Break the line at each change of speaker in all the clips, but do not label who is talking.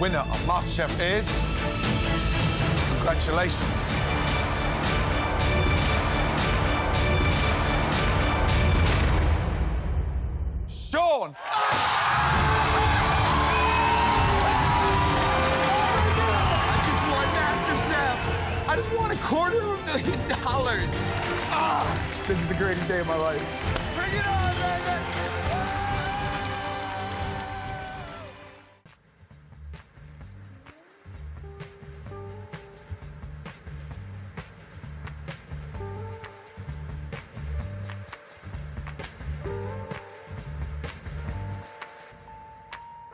winner of MasterChef is. Congratulations. Sean!
I just won MasterChef. I just won a quarter of a million dollars. Ah, this is the greatest day of my life. Bring it on, baby.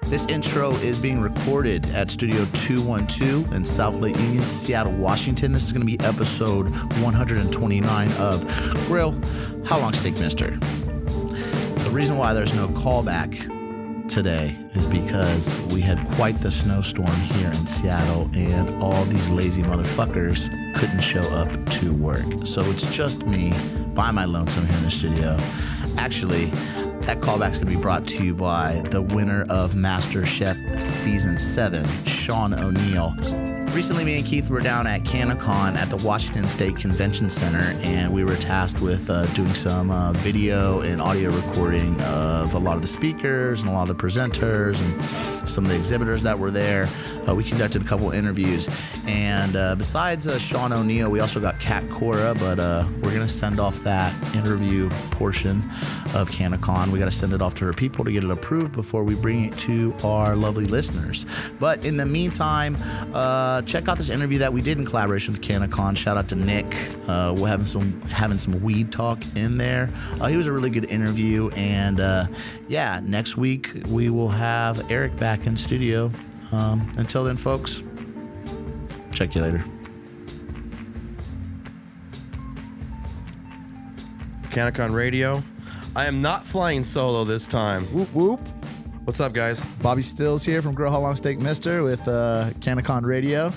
This intro is being recorded at Studio 212 in South Lake Union, Seattle, Washington. This is going to be episode 129 of Grill How Long Steak Mister. The reason why there's no callback today is because we had quite the snowstorm here in Seattle and all these lazy motherfuckers couldn't show up to work. So it's just me by my lonesome here in the studio. Actually, that callback's going to be brought to you by the winner of MasterChef Season 7, Sean O'Neill. Recently, me and Keith were down at CanaCon at the Washington State Convention Center, and we were tasked with uh, doing some uh, video and audio recording of a lot of the speakers and a lot of the presenters and some of the exhibitors that were there. Uh, we conducted a couple interviews, and uh, besides uh, Sean O'Neill, we also got Kat Cora, but uh, we're gonna send off that interview portion of CanaCon. We got to send it off to our people to get it approved before we bring it to our lovely listeners. But in the meantime, uh, check out this interview that we did in collaboration with CanaCon. Shout out to Nick. Uh, we're having some having some weed talk in there. Uh, he was a really good interview, and uh, yeah, next week we will have Eric back in studio. Um, until then, folks, check you later.
Canicon Radio. I am not flying solo this time.
Whoop whoop.
What's up, guys?
Bobby Stills here from Grow How Long Steak Mister with uh, Canicon Radio,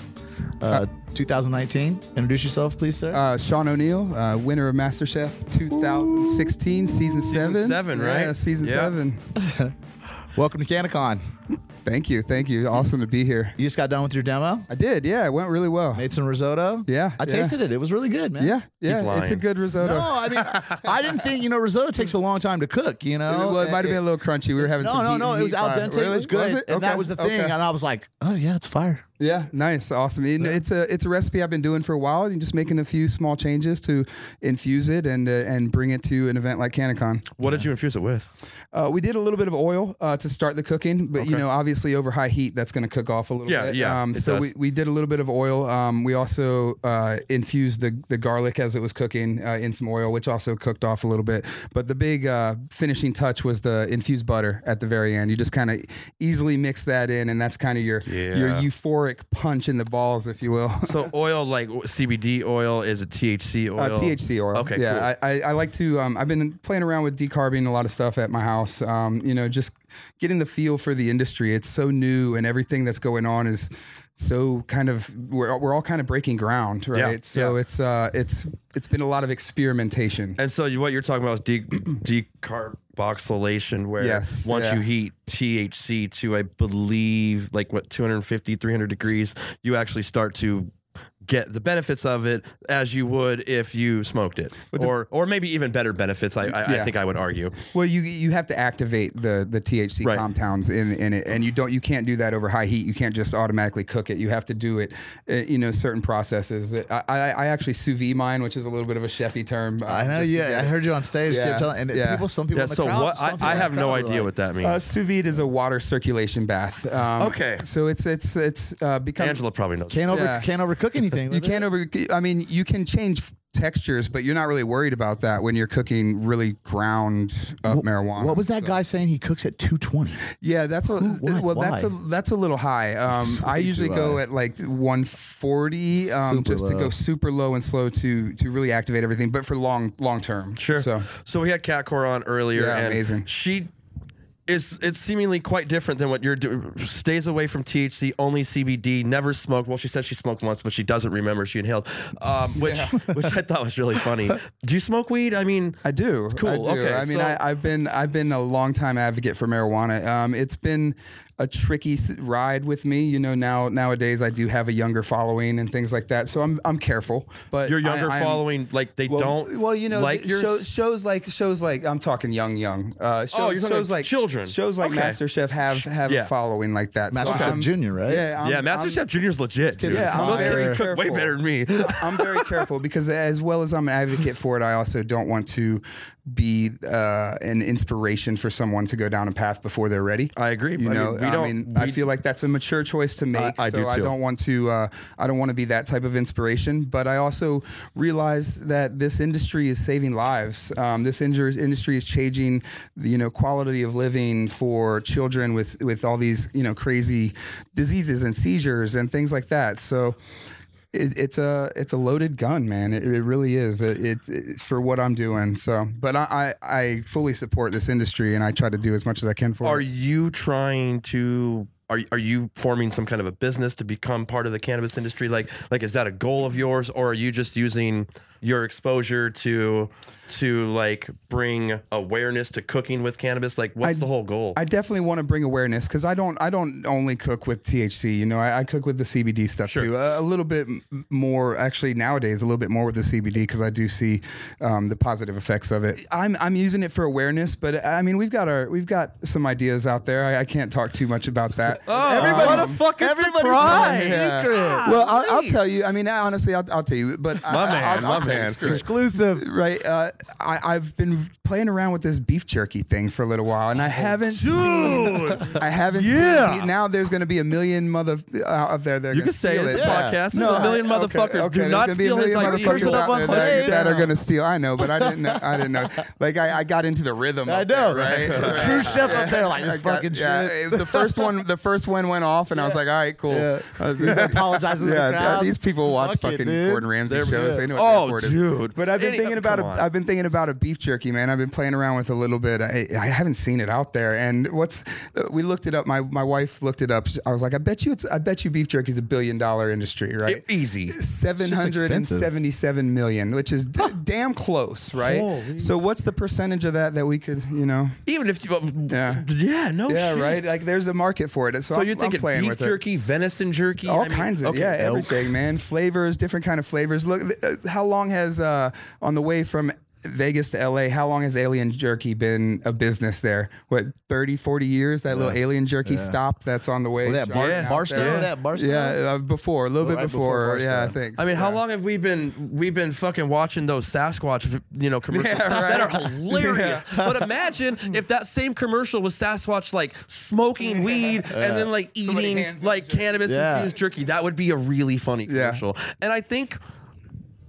uh, 2019. Introduce yourself, please, sir.
Uh, Sean O'Neill, uh, winner of MasterChef 2016, season seven.
seven, right?
Yeah, season
Yeah.
seven.
Welcome to Canicon.
Thank you, thank you. Awesome to be here.
You just got done with your demo.
I did, yeah. It went really well.
Made some risotto.
Yeah,
I
yeah.
tasted it. It was really good, man.
Yeah,
lying.
yeah. It's a good risotto.
No, I mean, I didn't think you know risotto takes a long time to cook. You know,
Well, it might have been a little crunchy. We were having
No,
some
no,
heat-
no. It
heat
was al
fire.
dente. It
Really?
was good, and
Okay,
that was the thing.
okay.
And I was like, oh yeah, it's fire.
Yeah, nice, awesome. And It's a it's a recipe I've been doing for a while, and just making a few small changes to infuse it and uh, and bring it to an event like Canicon.
What did you infuse it with?
Uh, we did a little bit of oil uh, to start the cooking, but you know, obviously over high heat, that's going to cook off a little
Yeah,
bit.
yeah,
Um,
it
so
does.
we, we did a little bit of oil. Um, we also uh, infused the the garlic as it was cooking uh, in some oil, which also cooked off a little bit. But the big uh, finishing touch was the infused butter at the very end. You just kind of easily mix that in, and that's kind of your your
Yeah.
euphoric punch in the balls, if you will.
So oil, like CBD oil, is it THC oil?
Uh, THC oil.
Okay,
Yeah,
cool.
I, I, I like to. Um, I've been playing around with decarbing a lot of stuff at my house. Um, you know, just getting the feel for the industry. It's so new, and everything that's going on is so kind of we're, we're all kind of breaking ground, right?
Yeah,
so
yeah.
it's uh, it's it's been a lot of experimentation.
and so you, what you're talking about is de- decarboxylation, where
Yes,
once
yeah.
you heat THC to, I believe, like what 250, 300 degrees, you actually start to get the benefits of it as you would if you smoked it, or or maybe even better benefits. I I, I
Yeah.
think I would argue.
Well, you you have to activate the the THC
Right.
compounds in in it, and you don't you can't do that over high heat. You can't just automatically cook it. You have to do it, uh, you know, certain processes. I I, I actually sous vide mine, which is a little bit of a chefy term. uh,
I know.
just to get
Yeah, I
it.
heard you on stage.
Yeah,
kept telling, and
yeah.
people, some people.
Yeah.
in the
So
crowd,
what?
some
I,
people
I
in the
have no
crowd were
idea
like,
what that means.
Uh, sous vide is a water circulation bath. Um,
Okay.
So it's it's it's uh, become
Angela probably knows.
Can't over,
Yeah.
can't overcook anything.
You can't over. I mean, you can change textures, but you're not really worried about that when you're cooking really ground up marijuana.
What was that
so.
guy saying? He cooks at 220.
Yeah, that's a
what,
well. That's a
why?
that's a little high. Um, I
way
usually
too
go
high.
at like 140, um,
Super
just to
low.
go super low and slow to to really activate everything, but for long long term.
Sure.
So
So, we had Kat Cora on earlier,
Yeah,
and
amazing.
she is it's seemingly quite different than what you're doing. Stays away from THC, only CBD, never smoked. Well, she said she smoked once, but she doesn't remember she inhaled, um, which which I thought was really funny. Do you smoke weed? I mean,
I do.
cool.
I do.
Okay,
I mean,
so-
I, I've been I've been a long time advocate for marijuana. Um, it's been a tricky s- ride with me. You know, now nowadays I do have a younger following and things like that, so I'm I'm careful. But
Your
I-
younger
I'm-
following, like they don't.
well, you know,
like
th-
your
show-
s- Oh,
shows like shows like I'm talking young, young. Uh, shows,
you're talking
shows like
children.
Shows like
Okay.
MasterChef have have
yeah.
a following like that. So
MasterChef
I'm-
Junior, right?
Yeah, I'm,
yeah,
I'm-
MasterChef Junior's legit. Dude.
Yeah, I'm
Those kids
very
cook way
careful.
better than me.
I'm very careful because as well as I'm an advocate for it, I also don't want to be uh, an inspiration for someone to go down a path before they're ready.
I agree. I
You
mean,
know,
we
I
don't-
mean,
we-
I feel like that's a mature choice to make.
I
so
do
I
too.
don't want to. Uh, I don't want to be that type of inspiration. But I also realize that this industry is saving lives. Um, this injur- industry is changing, the, you know, quality of living for children with with all these you know crazy diseases and seizures and things like that. So it, it's a it's a loaded gun, man. It, it really is. It, it, it- for what I'm doing. So, but I, I I fully support this industry, and I try to do as much as I can for
Are
it.
you trying to? Are, are you forming some kind of a business to become part of the cannabis industry? Like like is that a goal of yours, or are you just using your exposure to to like bring awareness to cooking with cannabis? Like what's
I-
the whole goal?
I definitely want to bring awareness because I don't I don't only cook with THC. You know, I, I cook with the CBD stuff too. A, a little bit m- more actually nowadays, a little bit more with the CBD because I do see um, the positive effects of it. I'm I'm using it for awareness, but I mean we've got our we've got some ideas out there. I, I can't talk too much about that.
Everybody, what a fucking surprise!
Yeah. Well, I'll, I'll tell you. I mean, I- honestly, I'll, I'll tell you. But I,
man,
I'll, I'll
my
tell you.
man.
exclusive, right? Uh, I, I've been playing around with this beef jerky thing for a little while, and I haven't seen. I haven't.
Yeah.
Seen, now there's going to be a million mother uh, out there. They're
You
gonna
can say
steal
this
it.
Yeah.
podcast. There's a million
I- okay,
motherfuckers.
okay,
Do
there's
not
gonna be a
steal his
million
idea.
motherfuckers
Curse it up
out
on
there that-
stage.
That are going to steal. I know, but I didn't know. I didn't know. Like I, I got into the rhythm.
I
up there,
know.
right? Right.
True chef up there, like
I
this
got-
fucking
yeah,
shit.
it- The first one, the first one went off, and I was like, "All right, cool."
Yeah.
I was-
He's apologizing to the
yeah,
crowd.
these people watch
Fuck it,
fucking
dude.
Gordon Ramsay
They're-
shows.
yeah.
They know what
Oh,
that word
dude.
Is. But I've been
Any-
thinking about a,
come on.
I've been thinking about a beef jerky, man. I've been playing around with it a little bit. I, I haven't seen it out there. And what's uh, we looked it up. My my wife looked it up. I was like, I bet you it's I bet you beef jerky is a billion dollar industry, right?
Easy.
Seven hundred and seventy-seven million, which is d- damn close, right? So, what's the percentage of that that we could, you know?
Even if you, um, yeah,
Yeah.
no
Yeah,
Oh, shit.
right. Like, there's a market for it. So,
So
I'm,
you're
I'm
thinking
playing
beef
with it.
jerky, venison jerky,
all
I mean-
kinds of
okay.
yeah everything man flavors different kind of flavors look th- uh, how long has uh on the way from Vegas to LA how long has alien jerky been a business there what 30 40 years that little alien jerky stop that's on the way
Well, oh, that bar,
jogging out
barstool,
there.
that barstool.
yeah uh, before a little bit
Right before
before, yeah I
Barstool.
think
I mean, how
Yeah.
long have we been we've been fucking watching those Sasquatch, you know, commercials
Yeah,
that
right.
are hilarious. But imagine if that same commercial was Sasquatch like smoking weed and then like
Somebody
eating
hands him
like
jerky.
cannabis
Yeah.
infused jerky. That would be a really funny
Yeah.
commercial. And I think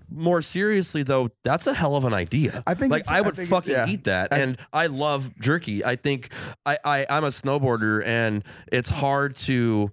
more seriously though, that's a hell of an idea.
I think
like
it's-
I
I
would
think it-
fucking
yeah.
eat that, and I love jerky. I think I, I I'm a snowboarder, and it's hard to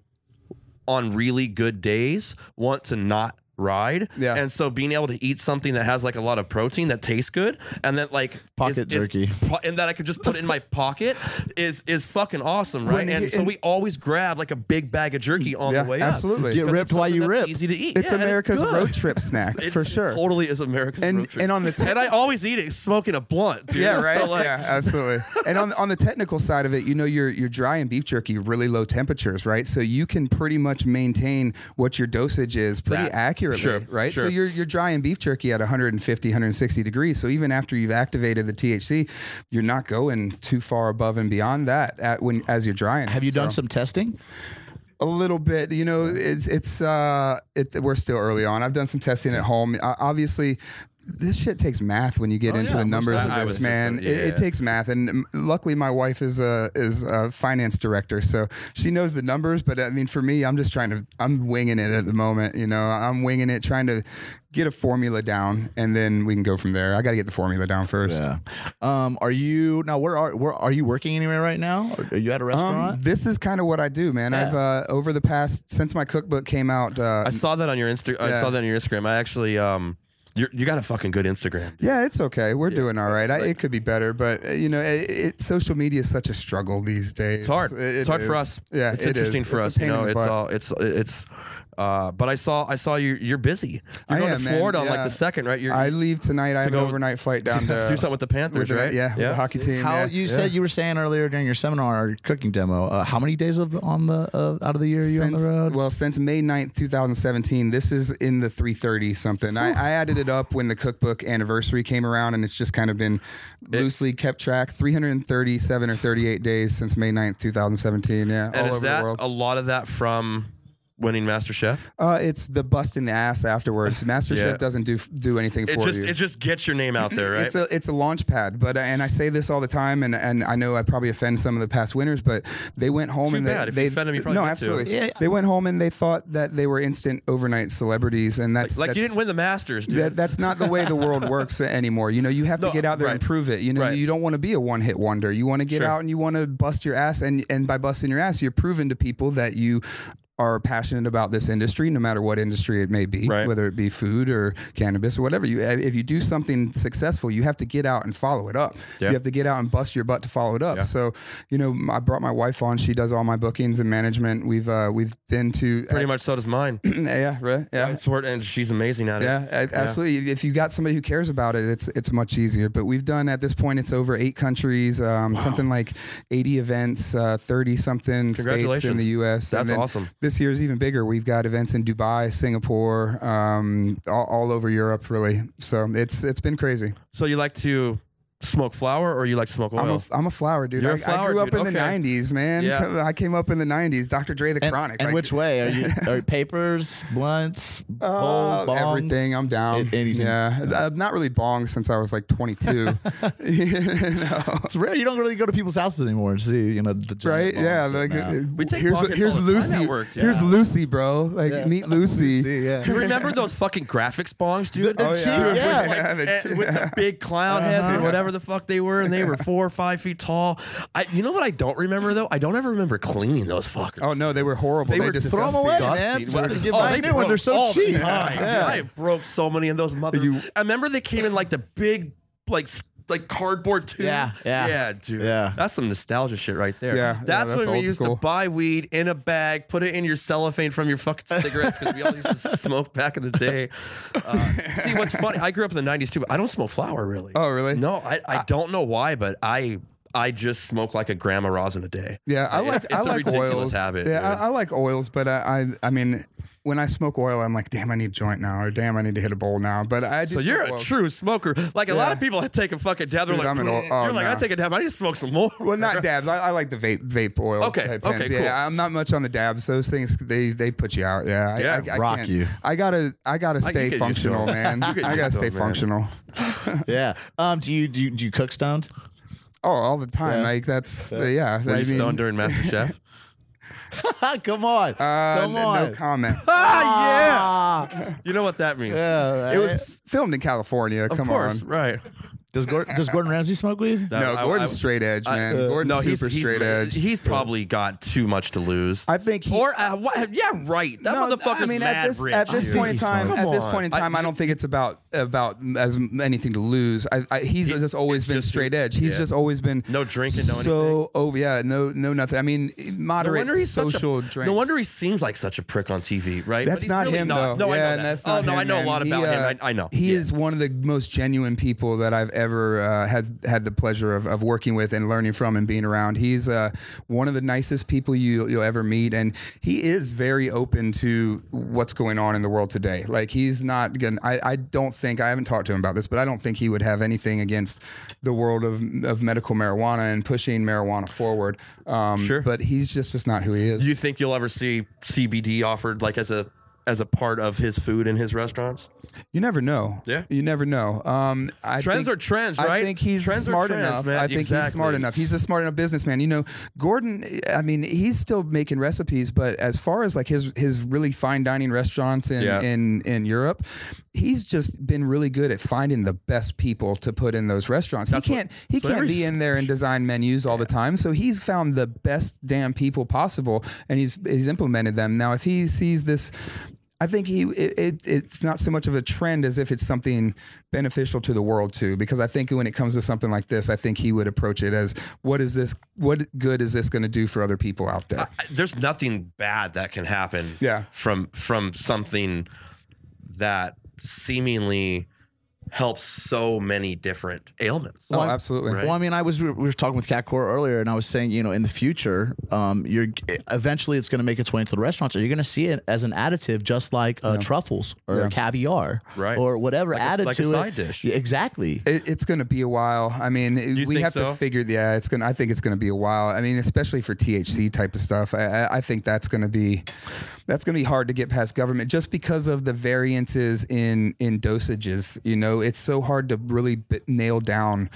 on really good days want to not ride.
Yeah.
And so being able to eat something that has like a lot of protein that tastes good and then like is-
Pocket
is
jerky.
po- and that I could just put in my pocket is is fucking awesome, right?
When
and
you-
so
and-
we always grab like a big bag of jerky on
Yeah,
the way
absolutely.
up.
Get
because
ripped
it's something
while you
that's
rip.
Easy to eat.
it's
Yeah, and
America's
good.
road trip snack
It-
for
it
sure
Totally is America's
and
road trip.
and on the
and I always eat it smoking a blunt, dude.
Yeah,
So,
right.
like,
yeah, absolutely. And on on the technical side of it, you know, you're you're drying beef jerky really low temperatures, right? So you can pretty much maintain what your dosage is pretty
That.
accurately,
Sure,
right?
sure.
So you're you're drying beef jerky at 150, 160 degrees. So even after you've activated the THC, you're not going too far above and beyond that at when as you're drying.
Have
it.
you done
So-
some testing?
a little bit. You know, it's it's uh, it, we're still early on. I've done some testing at home. Uh, obviously, this shit takes math when you get into
yeah.
the numbers
I- I was
of this,
just
man.
gonna-
it,
yeah.
it takes math, and um, luckily, my wife is a is a finance director, so she knows the numbers. But I mean, for me, I'm just trying to I'm winging it at the moment. You know, I'm winging it, trying to get a formula down, and then we can go from there. I got to get the formula down first.
Yeah. Um, are you now? Where are where are you working anywhere right now? Are you at a restaurant?
Um, this is kind of what I do, man. I've uh, over the past since my cookbook came out. Uh,
I saw that on your Insta. I
Yeah.
saw that on your Instagram. I actually, um, you're, you got a fucking good Instagram.
Yeah, it's okay. We're doing all right. I, it could be better, but uh, you know, it, it, social media is such a struggle these days.
It's hard.
It-
it's
it
hard for
is.
us.
Yeah,
it's
it
interesting
is.
for
It's a
us. You
pain in
know,
the
it's
butt.
all. It's it's. Uh, but I saw I saw you. You're busy. You're
I
going
am,
to
man.
Florida on like
Yeah.
the second, right? You're,
I leave tonight. I have an
go-
overnight flight down to
do something with the Panthers,
with the-
right?
Yeah, yeah.
Yeah.
the hockey team.
How
yeah.
you said you were saying earlier during your seminar or cooking demo? Uh, how many days of on the uh, out of the year are you on
since,
the road?
Well, since May 9th, 2017, this is in the 330 something. I, I added it up when the cookbook anniversary came around, and it's just kind of been loosely kept track 337 or 38 days since May 9th, 2017. Yeah,
and
all
is
over
that
the world.
a lot of that from winning Master Chef?
uh, it's the bust in the ass afterwards. MasterChef
Yeah.
doesn't do do anything
It
for
just
you.
it just gets your name out there, right?
It's a it's a launch pad, but and I say this all the time, and, and I know I probably offend some of the past winners, but they went home
Too
and
bad.
they,
If you
they
offend them, you probably
no,
get to.
absolutely,
Yeah.
they went home and they thought that they were instant overnight celebrities, and that's
like you
that's-
didn't win the Masters, dude.
that, that's not the way the world works anymore. You know, you have to get out there and
right.
prove it. You know,
Right.
you don't want to be a one hit wonder. You want to get
Sure.
out and you want to bust your ass. And, and by busting your ass, you're proving to people that you are passionate about this industry, no matter what industry it may be,
Right.
whether it be food or cannabis or whatever. You, eh, if you do something successful, you have to get out and follow it up.
Yeah.
You have to get out and bust your butt to follow it up.
Yeah.
So, you know, I brought my wife on. She does all my bookings and management. We've uh, we've been to eh,
Pretty much so does mine.
yeah, right, yeah.
It's worth- and she's amazing at it.
Yeah, a- absolutely. If you got somebody who cares about it, it's it's much easier. But we've done at this point, it's over eight countries, um, something like eighty events, uh, thirty something states in
Congratulations.
the U.S.
That's
then
awesome.
This year is even bigger. We've got events in Dubai, Singapore, um, all, all over Europe, really. So it's it's been crazy.
So you like to smoke flower or you like to smoke oil?
I'm a, I'm a flower dude.
You're
I,
a flower
I grew up
dude,
in the
okay.
'90s, man.
Yeah.
I came up in the '90s. Dr. Dre, the
and,
Chronic.
and
like,
which way are you? Are you papers, blunts,
Uh,
bowls, bongs?
everything. I'm down.
A- anything.
Yeah. I've not really bonged since I was like 22. no.
It's rare. You don't really go to people's houses anymore and see, you know, the giant
Right?
bongs
Yeah.
sitting
Like,
out.
uh,
We take
here's
pockets
here's
all the time
Lucy.
at work, yeah.
Here's Lucy, bro. Like
Yeah.
meet Lucy.
See, yeah.
You remember those fucking graphics bongs, dude?
They're
Oh,
cheap, yeah.
yeah. Yeah.
Like,
they're
eh,
cheap.
with the big clown heads or whatever the fuck they were, and they were four or five feet tall. I, you know what I don't remember though? I don't ever remember cleaning those fuckers.
Oh, no. They were horrible. They,
were-
just
throw 'em away, man.
Dusty.
Somebody get
Oh,
back
they
there when they're
broke
so
all the
cheap.
time.
Yeah.
I broke so many of those mother. I remember they came in like the big, like s- like cardboard tube.
Yeah, yeah.
yeah, dude.
Yeah.
that's some nostalgia shit right there.
Yeah, yeah,
that's,
that's
when we
old
used
school.
to buy weed in a bag, put it in your cellophane from your fucking cigarettes because we all used to smoke back in the day. Uh, see, what's funny? I grew up in the '90s too, but I don't smoke flower really.
Oh, really?
No, I I don't know why, but I. I just smoke like a gram of rosin a day.
Yeah, I
It's-
like
it's
I
a
like
ridiculous
oils.
habit.
yeah,
dude.
I, I like oils, but I, I I mean, when I smoke oil, I'm like, damn, I need a joint now, or damn, I need to hit a bowl now. But I just
So you're a true smoker. Like a lot of people take a fucking dab. They're
Dude,
like,
I'm an old-
you're
oh,
like, I
nah.
take a dab. I need to smoke some more.
Well, not dabs. I, I like the vape vape oil.
Okay,
type
okay,
pens.
cool.
Yeah, I'm not much on the dabs. Those things they they put you out. Yeah, I,
Yeah,
I, I
rock
can't-
you.
I gotta I gotta
you
stay
get used to
functional,
it.
man.
You get
I gotta
used to
stay
it, man.
functional.
yeah. Um, do you do you, do you cook stoned?
Oh, all the time.
Yeah.
Like that's yeah.
Were
I
you
mean,
stoned during MasterChef?
Come on.
uh,
Come
n-
on.
no comment.
ah,
Ah,
yeah. You know what that means.
yeah.
It was filmed in California.
Of
Come
course,
on.
right.
Does Gordon, does Gordon Ramsay smoke weed?
That-
No,
I-
Gordon's
I-
straight edge,
I-
man.
uh,
Gordon's
he's-
super
he's-
straight edge.
He's probably got too much to lose.
I think he,
or uh, what, yeah, right. That
No,
motherfucker's
I mean,
mad
at this,
rich.
At this
dude.
point in
He's
time,
smart.
at this
Come
point in
on.
time,
I-
I, don't think it's about about as m- anything to lose. I, I, he's
He-
just always
it's
been
just-
straight edge. He's
yeah.
just always been
No drinking, no
so, oh yeah, no no nothing. I mean,
No
moderate
wonder he's
social
such a,
drinks.
No wonder he seems like such a prick on TV, right? But
that's
he's
not
really
him
not.
though.
No, I
yeah,
know
and
that.
that's
oh
not
no,
him,
I know
man.
a lot
He,
about him.
uh,
I, I know.
he
Yeah.
is one of the most genuine people that I've ever uh, had had the pleasure of, of working with and learning from and being around. He's uh, one of the nicest people you you'll ever meet, and he is very open to what's going on in the world today. Like he's not gonna. I, I don't think I haven't talked to him about this, but I don't think he would have anything against the world of of medical marijuana and pushing marijuana forward. Um,
Sure.
but he's just just not who he is.
Do you think you'll ever see CBD offered like as a as a part of his food in his restaurants?
You never know.
Yeah.
You never know. Um, I
Trends
think-
are trends,
I
right?
think he's
Trends are
smart
trends,
enough.
man.
I think he's smart
Exactly.
enough. He's a smart enough businessman. You know, Gordon. I mean, he's still making recipes, but as far as like his his really fine dining restaurants in
Yeah.
in in Europe, he's just been really good at finding the best people to put in those restaurants. he
what-
can't he
that's what
can't be
every-
in there and design menus all the time. So he's found the best damn people possible, and he's he's implemented them. Now, if he sees this I think he it, it, it's not so much of a trend as if it's something beneficial to the world too. Because I think when it comes to something like this, I think he would approach it as what is this? What good is this going to do for other people out there?
there's nothing bad that can happen
Yeah.
from from something that seemingly helps so many different ailments.
oh, absolutely.
right.
Well, I mean, I was we were talking with Cat Core earlier, and I was saying, you know, in the future, um, you're eventually it's going to make its way into the restaurants, or you're going to see it as an additive, just like uh, truffles or caviar,
Right.
or whatever
Like a-
added
like a
to it.
side dish.
Yeah, exactly.
It, it's going to be a while. I mean, it-
You
we
think
have
so?
to figure. Yeah, it's going. to I think it's going to be a while. I mean, especially for THC type of stuff. I, I, I think that's going to be that's going to be hard to get past government just because of the variances in in dosages. You know, it's so hard to really b- nail down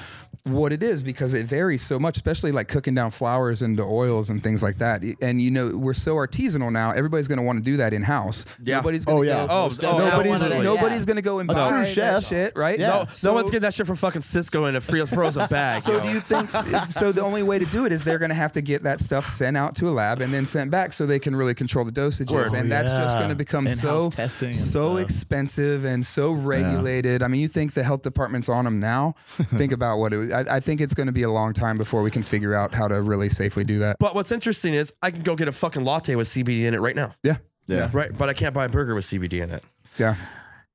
what it is because it varies so much especially like cooking down flowers into oils and things like that and you know we're so artisanal now everybody's going to want to do that in house
Yeah.
nobody's going
Oh,
to
yeah.
go,
Oh, oh,
nobody's,
absolutely.
nobody's going to go and
A
buy
true
that
chef.
shit right
Yeah. No-
no one's getting that shit from fucking Cisco in a free, frozen bag.
so
yo.
do you think? eh, so the only way to do it is they're going to have to get that stuff sent out to a lab and then sent back, so they can really control the dosages, and that's just
yeah.
going to become so
In-house testing and
so expensive and so regulated. I mean, you think the health department's on them now? think about what it. was- I, I think it's going to be a long time before we can figure out how to really safely do that.
But what's interesting is I can go get a fucking latte with CBD in it right now.
yeah,
Yeah.
Right, but I can't buy a burger with CBD in it.
yeah.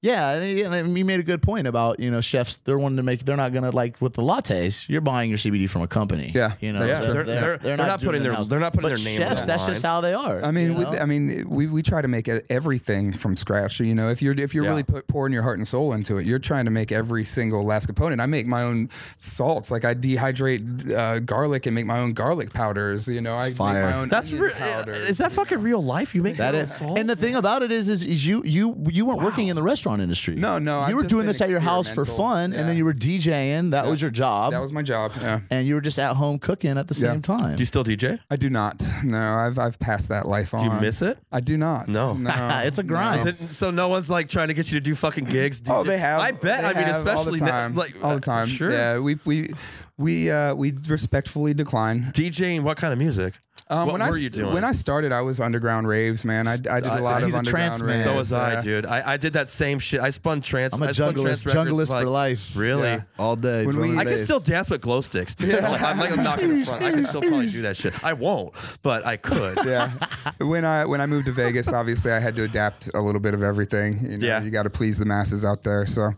Yeah, and you- and you made a good point about you know chefs. They're wanting to make. They're not gonna like with the lattes. You're buying your CBD from a company.
Yeah,
you know.
that's
so
true. They're- they're- they're not
doing
putting
it
their-
in-house.
they're not putting
But
their name
Chefs,
on
that's
the
just
line.
how they are.
I mean,
you
we,
know?
I mean, we, we try to make e- everything from scratch. You know, if you're if you're
Yeah.
really put, pouring your heart and soul into it, you're trying to make every single last component. I make my own salts. Like I dehydrate uh, garlic and make my own garlic powders. You know, I
fire.
make my own
That's
onion
re-
powder.
is that fucking real life? You make
That
your own
is,
salt?
and the thing about it is, is, is you you you weren't working in the restaurant industry.
No, no,
you
I've
were
just
doing
been
this at your house for
experimental.
fun, and then
Yeah.
you were DJing. That was your job,
that was my job. Yeah.
and you were just at home cooking at the
Yeah.
same time.
do you still DJ?
I do not. No, I've I've passed that life on.
Do you miss it?
I do not.
No.
no.
it's a grind.
um, Is it- so no one's like trying to get you to do fucking gigs. Do
Um, Oh,
you-
they have.
I bet.
they
I mean,
have all
especially
the
now,
time,
like
all the time.
Sure.
Yeah, we we we uh, we respectfully decline.
DJing. What kind of music?
Um,
what
when
were
I, s-
you doing?
When I started, I was underground raves, man. I, I did
Uh,
a lot
he's
of
a trance
underground
man.
raves.
so was I,
yeah.
dude. I, I did that same shit. I spun trance.
I'm a
I spun
junglist,
trance records,
junglist
like-
for life.
Really?
Yeah.
all day.
When we-
drum and
I can
bass.
still dance with glow sticks. Dude. That's like- I'm like I'm knocking in front. I can still probably do that shit. I won't, but I could.
Yeah. When I when I moved to Vegas, obviously I had to adapt a little bit of everything. You know,
Yeah.
you got to please the masses out there. So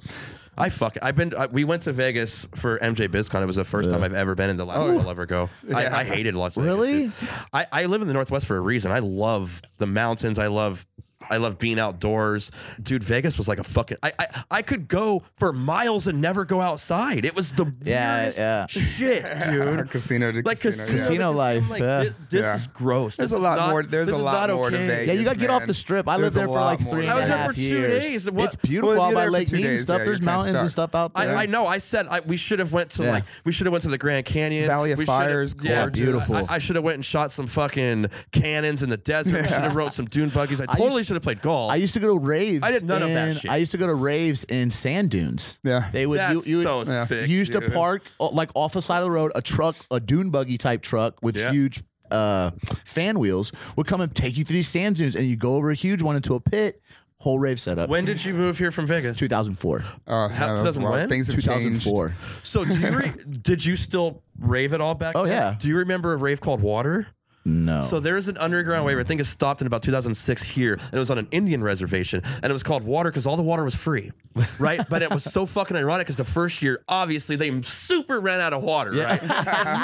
I fuck. I've been. I, we went to Vegas for MJ BizCon. It was the first time I've ever been, and the
Oh.
last time I'll ever go. I, I hated Las Vegas.
Really?
dude. I, I live in the Northwest for a reason. I love the mountains. I love. I love being outdoors, dude. Vegas was like a fucking. I I, I could go for miles and never go outside. It was the
Yeah,
weirdest
yeah.
shit, dude.
casino to
Like casino,
casino. yeah.
Casino
to
life,
Like,
yeah.
thi- This,
Yeah.
is gross.
There's
This
a
is
lot
not-
more. There's
this
a
is
lot
not
more to
okay.
Vegas.
Yeah, you gotta get off
man.
the strip. I
There's
lived there
a
for
lot
like
more
three and
to
I
a
was there
half
for two
years.
days. What-
It's beautiful
Well,
out
you're
by
there for
Lake
two
Mead and
days,
stuff.
yeah,
There's
you're kinda
mountains and
stuck.
stuff out there.
I, I know. I said I, we should have went to
Yeah.
like we should have went to the Grand Canyon.
Valley of
we should have-
Fire is
Yeah,
gorgeous.
Beautiful.
I, I should have went and shot some fucking cannons in the desert. I should have rode some dune buggies. I totally should have played golf.
I used to go to raves.
I did none of that
in-
shit.
I used to go to raves in sand dunes.
Yeah.
they would.
That's
you, you
so
would,
sick,
You used to
dude.
park uh, like off the side of the road, a truck, a dune buggy type truck with
Yeah.
huge uh, fan wheels would come and take you through these sand dunes, and you go over a huge one into a pit. Whole rave setup.
when did you move here from Vegas?
2004.
Oh,
How-
no,
it doesn't
well,
win?
Things have changed.
2004.
So do you re- did you still rave at all back?
Oh,
then?
yeah.
Do you remember a rave called Water?
No.
So there's an underground wave. I think it stopped in about 2006 here, and it was on an Indian reservation, and it was called Water because all the water was free, right? but it was so fucking ironic because the first year, obviously, they super ran out of water, right? And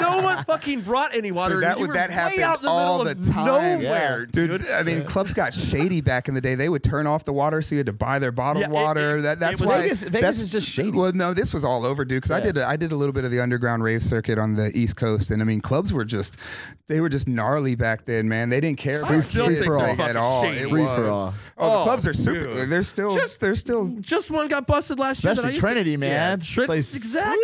no one fucking brought any water.
Dude, that
You
would
were
that
way
happened
out in the
all the
middle of
time.
Nowhere,
dude. I mean, clubs got shady back in the day. They would turn off the water, so you had to buy their bottled
Yeah, it-
water.
it-
that
it
that's
was-
why
Vegas- Vegas
that's-
is just shady.
Well, no, this was all over, dude. Because I
Yeah.
did a, I did a little bit of the underground rave circuit on the East Coast, and I mean, clubs were just they were just gnarly back then, man. They didn't care about
still
kids,
think they're
like, at
fucking
all.
shady.
It
Free
was-
for all.
Oh,
Oh,
the clubs are super.
dude.
They're still
Just-
they're still
Just one got busted last year. that
Especially
I used
Trinity,
to,
man.
Yeah, Trin-
Place-
exactly.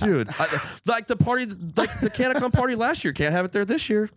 Dude, I, like the party, like the Canacon party last year. Can't have it there this year.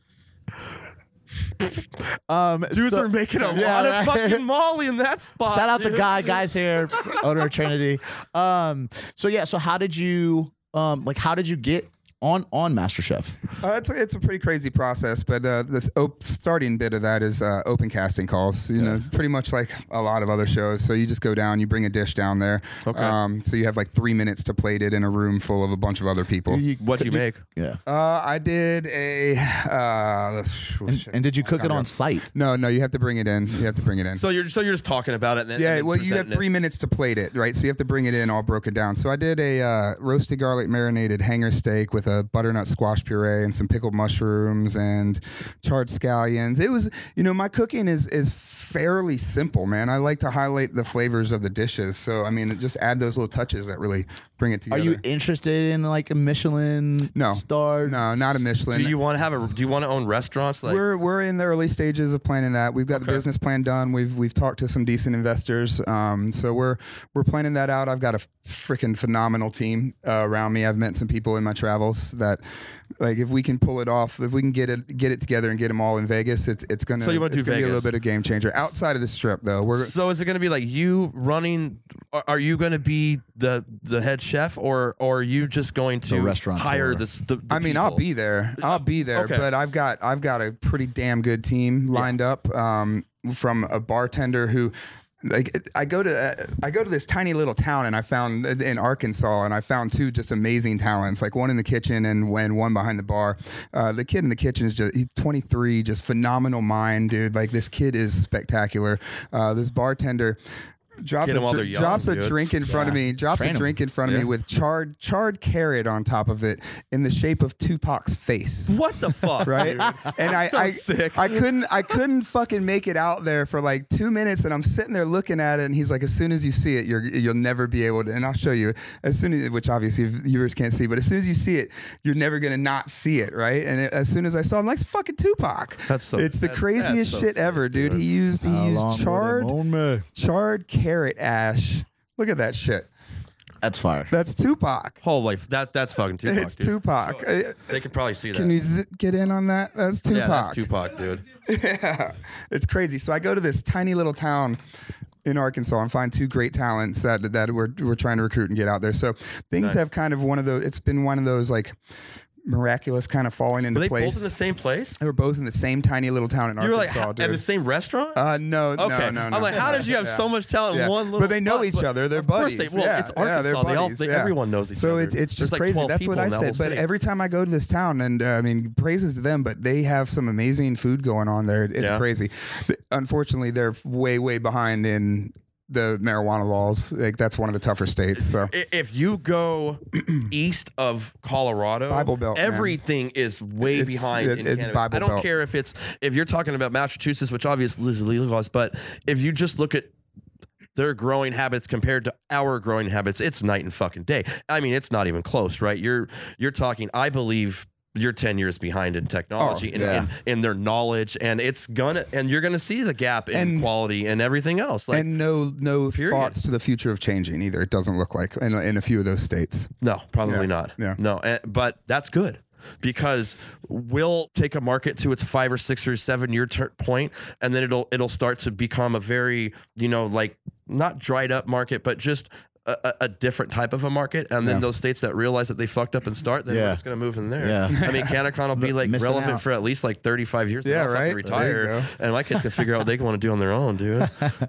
um,
Dudes
so-
are making a
Yeah,
lot
right.
of fucking molly in that spot.
Shout out to
dude.
Guy, guys here, owner of Trinity. Um, so yeah, so how did you um like how did you get on on MasterChef?
Uh, it's, a, it's a pretty crazy process, but uh, this op- starting bit of that is uh, open casting calls. You know, pretty much like a lot of other shows. So you just go down, you bring a dish down there.
Okay.
Um, so you have like three minutes to plate it in a room full of a bunch of other people.
What do you make?
Yeah.
Uh, I did a. Uh,
And, and did you cook it on site?
no, no, you have to bring it in. You have to bring it in.
So you're so you're just talking about it. And then- and
yeah,
then
well, you have
presenting it.
three minutes to plate it, right? So you have to bring it in all broken down. So I did a uh, roasted garlic marinated hanger steak with a butternut squash puree and some pickled mushrooms and charred scallions. It was, you know, my cooking is is fairly simple, man. I like to highlight the flavors of the dishes. So I mean, just add those little touches that really bring it
Are
together.
you interested in like a Michelin
no
star?
No, not a Michelin.
Do you want to have a? Do you want to own restaurants? Like
we're we're in the early stages of planning that. We've got the business plan done. We've we've talked to some decent investors. Um, so we're we're planning that out. I've got a freaking phenomenal team uh, around me. I've met some people in my travels that, like, if we can pull it off, if we can get it get it together and get them all in Vegas, it's it's gonna
So you wanna do
it's gonna be a
Vegas.
little bit of game changer. Outside of the strip, though, we're
So is it going to be like you running? Are, are you going to be the the head chef, or, or are you just going to
restaurateur.
hire this? The, the
I mean, I'll
people?
be there. I'll be there.
Okay.
But I've got I've got a pretty damn good team lined up um, from a bartender who. Like I go to uh, I go to this tiny little town and I found in Arkansas and I found two just amazing talents like one in the kitchen and and one behind the bar. Uh, the kid in the kitchen is just he's 23, just phenomenal mind, dude. Like this kid is spectacular. Uh, this bartender drops
Get 'em
a,
while
dr-
they're young,
drops a
dude.
drink in front of me, drops
Train
a
'em.
drink in front of me with charred charred carrot on top of it in the shape of Tupac's face.
What the fuck,
Right,
dude?
and I,
So
I,
sick.
I couldn't, I couldn't fucking make it out there for like two minutes, and I'm sitting there looking at it, and he's like, "As soon as you see it, you're, you'll never be able to." And I'll show you as soon as, which obviously viewers can't see, but as soon as you see it, you're never gonna not see it, right? And as soon as I saw, it, I'm like, "It's fucking Tupac."
That's so-
It's the
that's-
craziest
that's so
shit ever,
sick,
dude.
dude.
He used, he used charred charred carrot ash. Look at that shit.
That's fire.
That's Tupac.
whole life. That's that's fucking Tupac.
it's
dude.
Tupac. Uh,
They could probably see that.
Can you z- get in on that? That's Tupac.
yeah, that's Tupac, dude.
Yeah. It's crazy. So I go to this tiny little town in Arkansas and find two great talents that that we're we're trying to recruit and get out there. So things have kind of one of those. It's been one of those like miraculous kind of falling into
Were they
place.
both in the same place?
they were both in the same tiny little town in
You were like
Arkansas,
ha-
dude.
in the same restaurant.
uh, no, no,
Okay.
no, no.
I'm like, how did you have
Yeah.
so much talent in
Yeah.
one little?
But they know
spot?
each
But
other. They're
of course
buddies.
they- well,
yeah.
it's
yeah, they're
Arkansas. they all,
buddies,
they,
yeah.
everyone knows each
So
other.
it's, it's
There's
just
like
crazy.
12
That's what
people
I
in that
said.
whole
But
state.
every time I go to this town, and uh, I mean, praises to them, but they have some amazing food going on there. It's
Yeah.
crazy. But unfortunately, they're way, way behind in the marijuana laws. Like that's one of the tougher states. So
I- if you go east of Colorado,
Bible Belt, man.
everything is way
It's-
behind.
it-
in
it's
cannabis.
Bible
I don't
Belt.
care if it's if you're talking about Massachusetts, which obviously is legalized, but if you just look at their growing habits compared to our growing habits, it's night and fucking day. I mean, it's not even close, right? You're you're talking. I believe. You're ten years behind in
Oh,
technology and,
yeah.
and, and their knowledge, and it's gonna and you're gonna see the gap in
And-
quality and everything else. Like
and no, no
Period.
thoughts to the future of changing either. It doesn't look like in, in a few of those states.
No, probably
Yeah,
not.
yeah.
No, eh, but that's good because we'll take a market to its five or six or seven year ter- point, and then it'll it'll start to become a very you know like not dried up market, but just. A, a- a different type of a market, and then
Yeah.
those states that realize that they fucked up and start, then
Yeah.
we're just gonna move in there.
Yeah.
I mean, Canacon will be like
Missing
relevant
out.
for at least like thirty five years. and
Yeah,
I'll fucking
right. There
Retire,
you go.
and my kids can figure out what they want to do on their own, dude.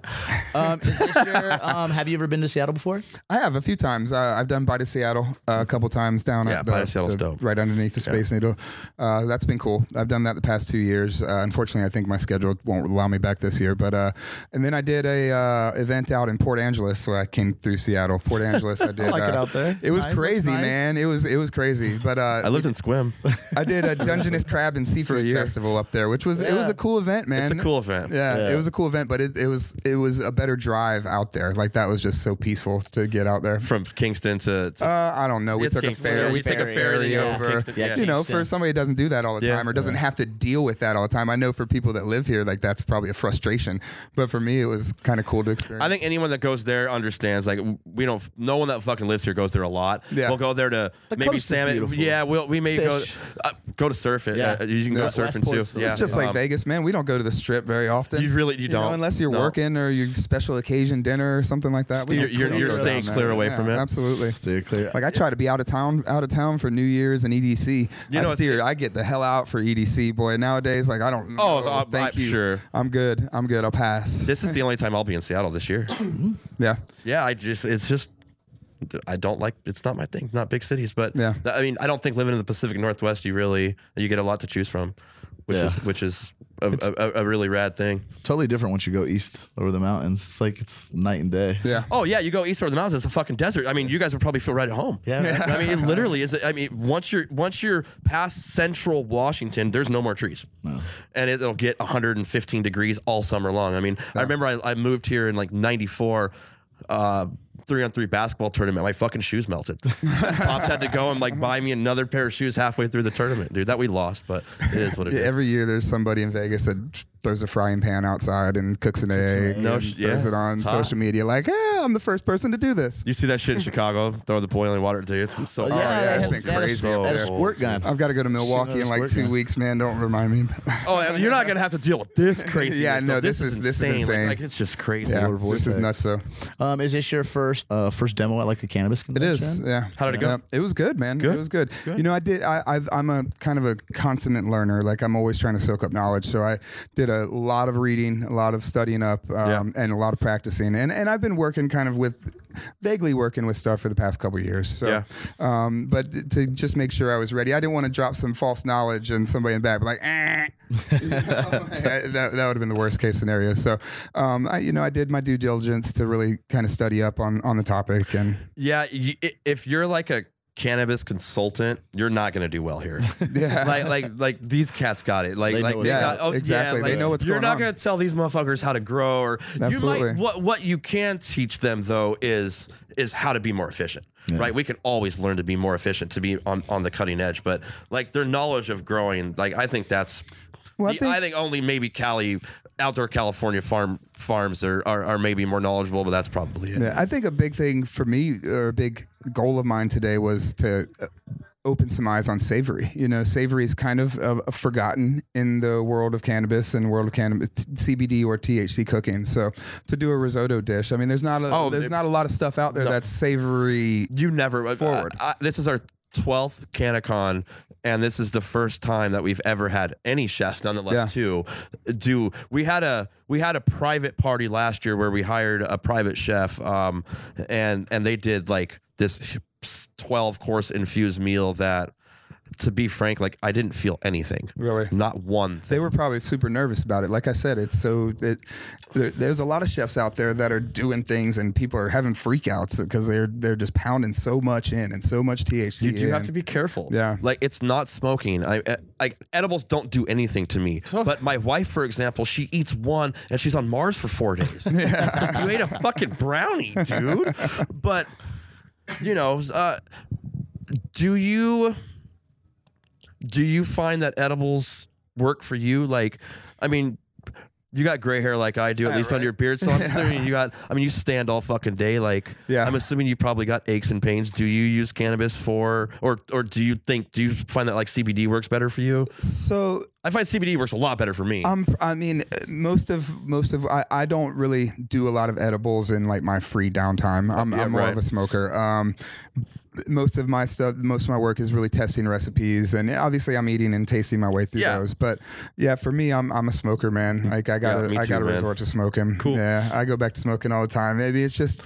Um, is this your, um, have you ever been to Seattle before?
I have a few times. Uh, I've done Bite of Seattle uh, a couple times down
Yeah,
at the,
Bite of Seattle's
the-
dope.
right underneath the Space Needle. Uh, that's been cool. I've done that the past two years. Uh, unfortunately, I think my schedule won't allow me back this year. But uh, and then I did a uh, event out in Port Angeles where I came through Seattle. Port Angeles, I did.
like it
uh,
out there.
It was
Nice, looks
crazy,
nice.
man. It was it was crazy. But uh,
I lived in Squim.
I did a Dungeness Crab and Seafood Festival up there, which was it was
Yeah.
a cool event, man.
It's a cool event.
Yeah,
Yeah.
it was a cool event, but it, it was it was a better drive out there. Like that was just so peaceful to get out there.
From Kingston to, to
Uh, I don't know. We
It's
took
Kingston.
a ferry.
Yeah,
we
you take
took
a
a
ferry,
ferry
yeah.
over.
Kingston, yeah,
you know, for
Kingston.
somebody that doesn't do that all the
Yeah.
time or doesn't have to deal with that all the time. I know for people that live here, like that's probably a frustration. But for me, it was kind of cool to experience.
I think anyone that goes there understands like w- we don't. No one that fucking lives here goes there a lot.
Yeah.
We'll go there to
The
maybe
coast is
salmon.
beautiful.
Yeah, we'll, we may
Fish.
go uh, go to surf it.
Yeah.
Yeah, you can go
Yeah.
surfing
Westport's-
too.
it's
Yeah,
It's just like
Um,
Vegas, man. We don't go to the strip very often.
You really- you
know,
don't.
unless you're
No.
working or your special occasion dinner or something like that. We
You're-
don't-
you're-
we don't
you're
go down
staying
there.
clear away
Yeah,
from it.
Absolutely.
Steer clear.
Like I try to be out of town, out of town for New Year's and EDC.
You know,
I
it's-
steer. I get the hell out for EDC, boy. Nowadays, like I don't.
Oh,
know.
uh,
thank
I-
you.
sure.
I'm good. I'm good. I'll pass.
this is the only time I'll be in Seattle this year.
yeah.
Yeah, I just it's just I don't like it's not my thing. Not big cities, but
Yeah.
I mean I don't think living in the Pacific Northwest you really you get a lot to choose from, which
Yeah.
is which is a, a, a really rad thing.
totally different once you go east over the mountains. It's like it's night and day.
Yeah.
Oh yeah, you go east over the mountains. It's a fucking desert. I mean, you guys would probably feel right at home.
Yeah, right.
I mean, it literally is. I mean, once you're once you're past central Washington, there's no more trees, and it'll get 115 degrees all summer long. I mean, I remember I, I moved here in like '94. Uh, Three on three basketball tournament. My fucking shoes melted. Pops had to go and like buy me another pair of shoes halfway through the tournament, dude. That we lost, but it is what it is.
Yeah, Every year, there's somebody in Vegas that throws a frying pan outside and cooks an egg.
No
and
sh-
throws
yeah.
it on
It's hot.
social media. Like, yeah, I'm the first person to do this.
you see that shit in Chicago? Throw the boiling water, dude. I'm so
Oh, Yeah,
Oh,
they
yeah, it's
had-
been
they had a-
crazy
they had
over
a
there.
squirt gun.
I've got to go to Milwaukee in like
squirt
two
gun.
weeks, man. Don't remind me.
Oh, and you're not gonna have to deal with this crazy.
Yeah, no, this is- this is insane.
Like, like, it's just crazy.
yeah,
voice
this is
eggs.
nuts. though.
Um, is this your first uh, first demo at like a cannabis
It
convention?
is, yeah.
How did it go?
Yeah, it was good, man. It was good. You know, I did. I, I've, I'm a kind of a consummate learner. Like I'm always trying to soak up knowledge. So I did a lot of reading, a lot of studying up, um, and a lot of practicing. And and I've been working kind of with, vaguely working with stuff for the past couple of years. So,
Yeah.
um, but to just make sure I was ready, I didn't want to drop some false knowledge and somebody in the back be like, eh. You know? that, that would have been the worst case scenario. So, um, I, you know, I did my due diligence to really kind of study up on on the topic and.
Yeah, y- i- if you're like a cannabis consultant, you're not gonna do well here.
Yeah.
like like like these cats got it. Like
They
like
know
they
what's
got, oh,
going on. Exactly. They know what's
you're
going
not
on.
gonna tell these motherfuckers how to grow or you
Absolutely.
might what what you can teach them though is is how to be more efficient. Right? We can always learn to be more efficient to be on, on the cutting edge. But like their knowledge of growing, like I think that's
Well, I
the-
think-
I think only maybe Cali outdoor California farm farms are, are are maybe more knowledgeable, but that's probably it.
Yeah, I think a big thing for me, or a big goal of mine today, was to uh, open some eyes on savory. You know, savory is kind of uh, forgotten in the world of cannabis and world of cannabis CBD or THC cooking. So to do a risotto dish, I mean, there's not a
Oh,
there's
it-
not a lot of stuff out there that's savory.
you never I-
Forward.
I, I- this is our twelfth Canacon, and this is the first time that we've ever had any chefs, nonetheless,
Yeah.
too, do. We had a we had a private party last year where we hired a private chef, um, and and they did like this twelve course infused meal that. To be frank, like I didn't feel anything.
Really?
Not one thing.
They were probably super nervous about it. Like I said, it's so it, there, there's a lot of chefs out there that are doing things and people are having freakouts because they're they're just pounding so much in and so much THC.
You do have
in.
to be careful.
Yeah.
Like it's not smoking. I I- like edibles don't do anything to me. But my wife, for example, she eats one and she's on Mars for four days. It's like, you ate a fucking brownie, dude. But you know, uh, do you do you find that edibles work for you? Like, I mean. You got gray hair like I do, at least under your beard. So I'm assuming you got. I mean, you stand all fucking day. Like,
Yeah.
I'm assuming you probably got aches and pains. Do you use cannabis for, or or do you think do you find that like CBD works better for you?
so
I find CBD works a lot better for me.
Um, I mean, uh, most of most of I, I don't really do a lot of edibles in like my free downtime. I'm,
Uh, yeah,
I'm more
right.
of a smoker. Um, most of my stuff, most of my work is really testing recipes, and obviously I'm eating and tasting my way through
Yeah. Mm-hmm.
those. But yeah, for me, I'm I'm a smoker, man. Like I gotta
me
I
too,
gotta
man.
resort to smoking. Cool. Yeah, I go back to smoking all the time. Maybe it's just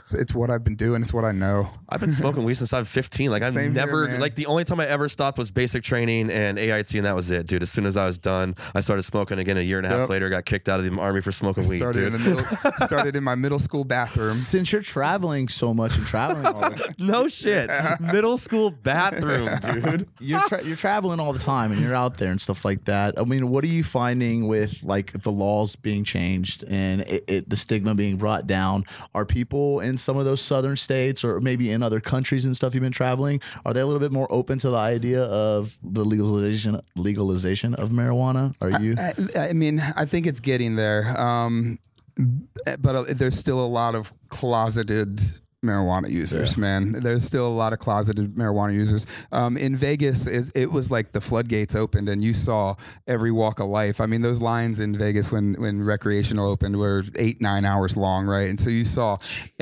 it's, it's what I've been doing. It's what I know.
I've been smoking weed since I'm 15. Like I've
Same here,
never,
man.
like the only time I ever stopped was basic training and AIT, and that was it, dude. As soon as I was done, I started smoking again. A year and a half
Yep.
later, got kicked out of the army for smoking weed,
Started
dude.
in the middle, started in my middle school bathroom.
Since you're traveling so much and traveling all the
no shit, middle school bathroom, dude.
you're tra- you're traveling all the time and you're out there and stuff like that. I mean, what are you finding with like the laws being changed and it, it, the stigma being brought down? Are people in some of those southern states or maybe in other countries and stuff you've been traveling? Are they a little bit more open to the idea of the legalization legalization of marijuana? Are you?
I, I mean, I think eh, it's getting there. Um, but uh, there's still a lot of closeted marijuana users, man. There's still a lot of closeted marijuana users. Um, in Vegas, it, it was like the floodgates opened, and you saw every walk of life. I mean, those lines in Vegas when when recreational opened were eight nine hours long, right? And so you saw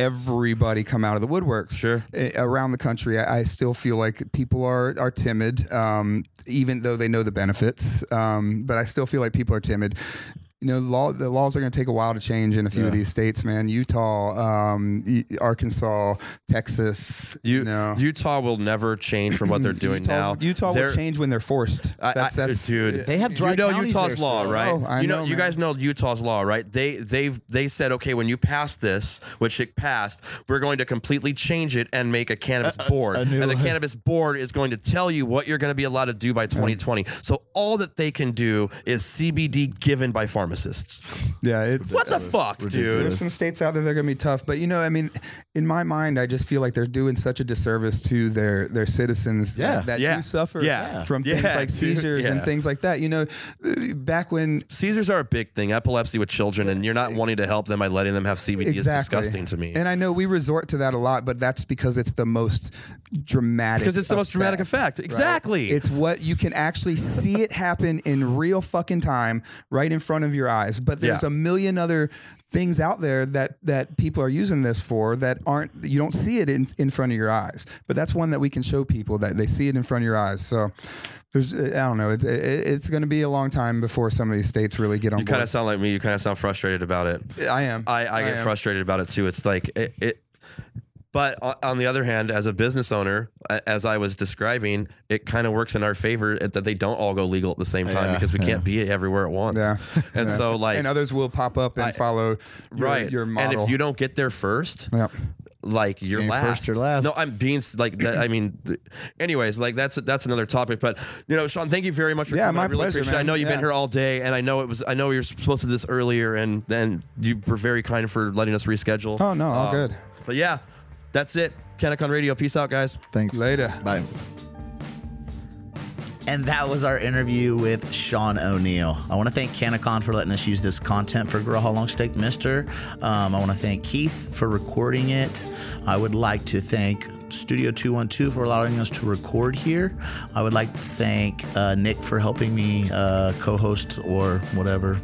everybody come out of the woodworks.
Sure.
A- around the country, I, I still feel like people are are timid, um, even though they know the benefits. Um, but I still feel like people are timid. You know, law, the laws are going to take a while to change in a few of these states, man. Utah, um, y- Arkansas, Texas.
You,
know,
Utah will never change from what they're doing
Utah's-
now.
Utah
They're-
will change when they're forced.
I- I-
That's that's
dude.
They have dry
you know
counties
Utah's
there
law,
still.
right?
Oh, I
you know,
know,
you
man.
guys know Utah's law, right? They they've they said, okay, when you pass this, which it passed, we're going to completely change it and make a cannabis board,
a new
and the
one.
cannabis board is going to tell you what you're going to be allowed to do by 2020. So all that they can do is CBD given by pharmacists.
Yeah, it's
What the fuck,
There's
dude?
some states out there that are going to be tough, but you know, I mean, in my mind, I just feel like they're doing such a disservice to their their citizens
Yeah.
that, that
Yeah.
do suffer
Yeah.
from
Yeah,
things like
dude.
seizures and
Yeah.
things like that. You know, uh, back when
Seizures are a big thing. Epilepsy with children, and you're not wanting to help them by letting them have CBD is
exactly
disgusting to me.
and I know we resort to that a lot, but that's because it's the most dramatic.
because it's the most dramatic effect. Exactly.
It's what you can actually see it happen in real fucking time, right in front of your eyes. But there's
Yeah.
a million other things out there that that people are using this for that aren't you don't see it in, in front of your eyes. But that's one that we can show people that they see it in front of your eyes. So there's I don't know. It's it, it's going to be a long time before some of these states really get on
you kind
board.
of sound like me. You kind of sound frustrated about it.
I am.
I, I, get
am.
frustrated about it too. It's like it. it but o- on the other hand, as a business owner, a- as I was describing, it kind of works in our favor that they don't all go legal at the same time
Yeah,
because we can't be everywhere at once.
Yeah.
And so, like,
and others will pop up and follow your,
right,
your model.
and if you don't get there first,
Yep.
like you're
You're
last.
first, you're last.
No, I'm being s- like that. I mean, th- anyways, like that's that's another topic. But you know, Sean, thank you very much for
Yeah,
coming. I
my
really
pleasure,
appreciate it. I
man.
know you've been
Yeah.
here all day, and I know it was. I know you're supposed to do this earlier, and then you were very kind for letting us reschedule.
Oh, no, all good.
But yeah, that's it. Canicon Radio. Peace out, guys.
Thanks.
Later.
Bye. And that was our interview with Sean O'Neill. I want to thank Canacon for letting us use this content for Girl How Long Steak Mister. Um, I want to thank Keith for recording it. I would like to thank Studio 212 for allowing us to record here. I would like to thank uh, Nick for helping me uh, co host or whatever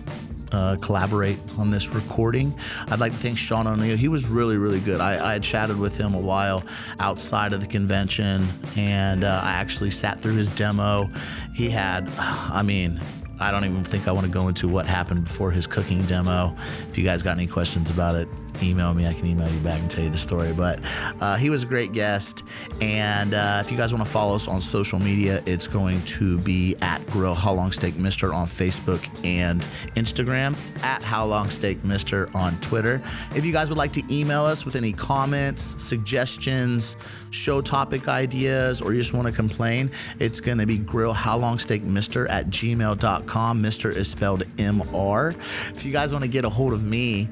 uh, collaborate on this recording. I'd like to thank Sean O'Neill. He was really, really good. I, I had chatted with him a while outside of the convention, and uh, I actually sat through his demo. He had, I mean, I don't even think I want to go into what happened before his cooking demo. If you guys got any questions about it, email me. I can email you back and tell you the story. But uh, he was a great guest. And uh, if you guys want to follow us on social media, it's going to be at Grill How Long Steak Mister on Facebook and Instagram, at How Long Steak Mister on Twitter. If you guys would like to email us with any comments, suggestions, show topic ideas, or you just want to complain, it's going to be Grill How Long Steak Mister at gmail.com. Mister is spelled M R. If you guys want to get a hold of me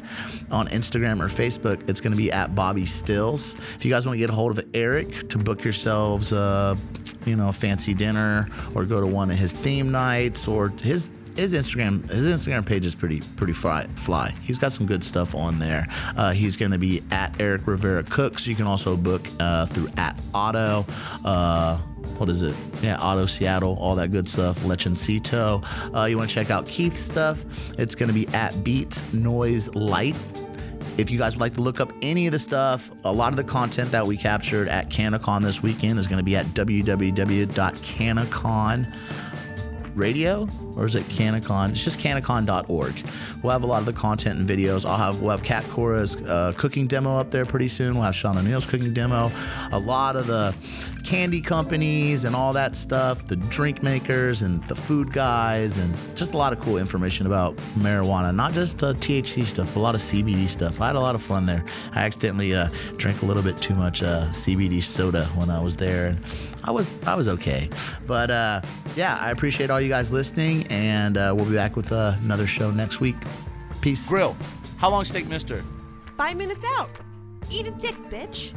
on Instagram or Facebook, it's going to be at Bobby Stills. If you guys want to get a hold of Eric to book yourselves a, you know, fancy dinner or go to one of his theme nights or his his Instagram his Instagram page is pretty pretty fly. fly. He's got some good stuff on there. Uh, he's going to be at Eric Rivera Cooks. You can also book uh, through at Auto. Uh, what is it? Yeah, Auto Seattle, all that good stuff. Lechencito. Uh, you want to check out Keith's stuff? It's going to be at Beats Noise Light. If you guys would like to look up any of the stuff, a lot of the content that we captured at Canacon this weekend is going to be at www.canacon radio or is it canacon it's just canacon.org we'll have a lot of the content and videos i'll have we'll have cat cora's uh, cooking demo up there pretty soon we'll have sean o'neill's cooking demo a lot of the candy companies and all that stuff the drink makers and the food guys and just a lot of cool information about marijuana not just uh, thc stuff a lot of cbd stuff i had a lot of fun there i accidentally uh, drank a little bit too much uh, cbd soda when i was there and i was i was okay but uh, yeah i appreciate all you guys listening and uh, we'll be back with uh, another show next week peace grill how long steak mister
Five minutes out. Eat a dick, bitch.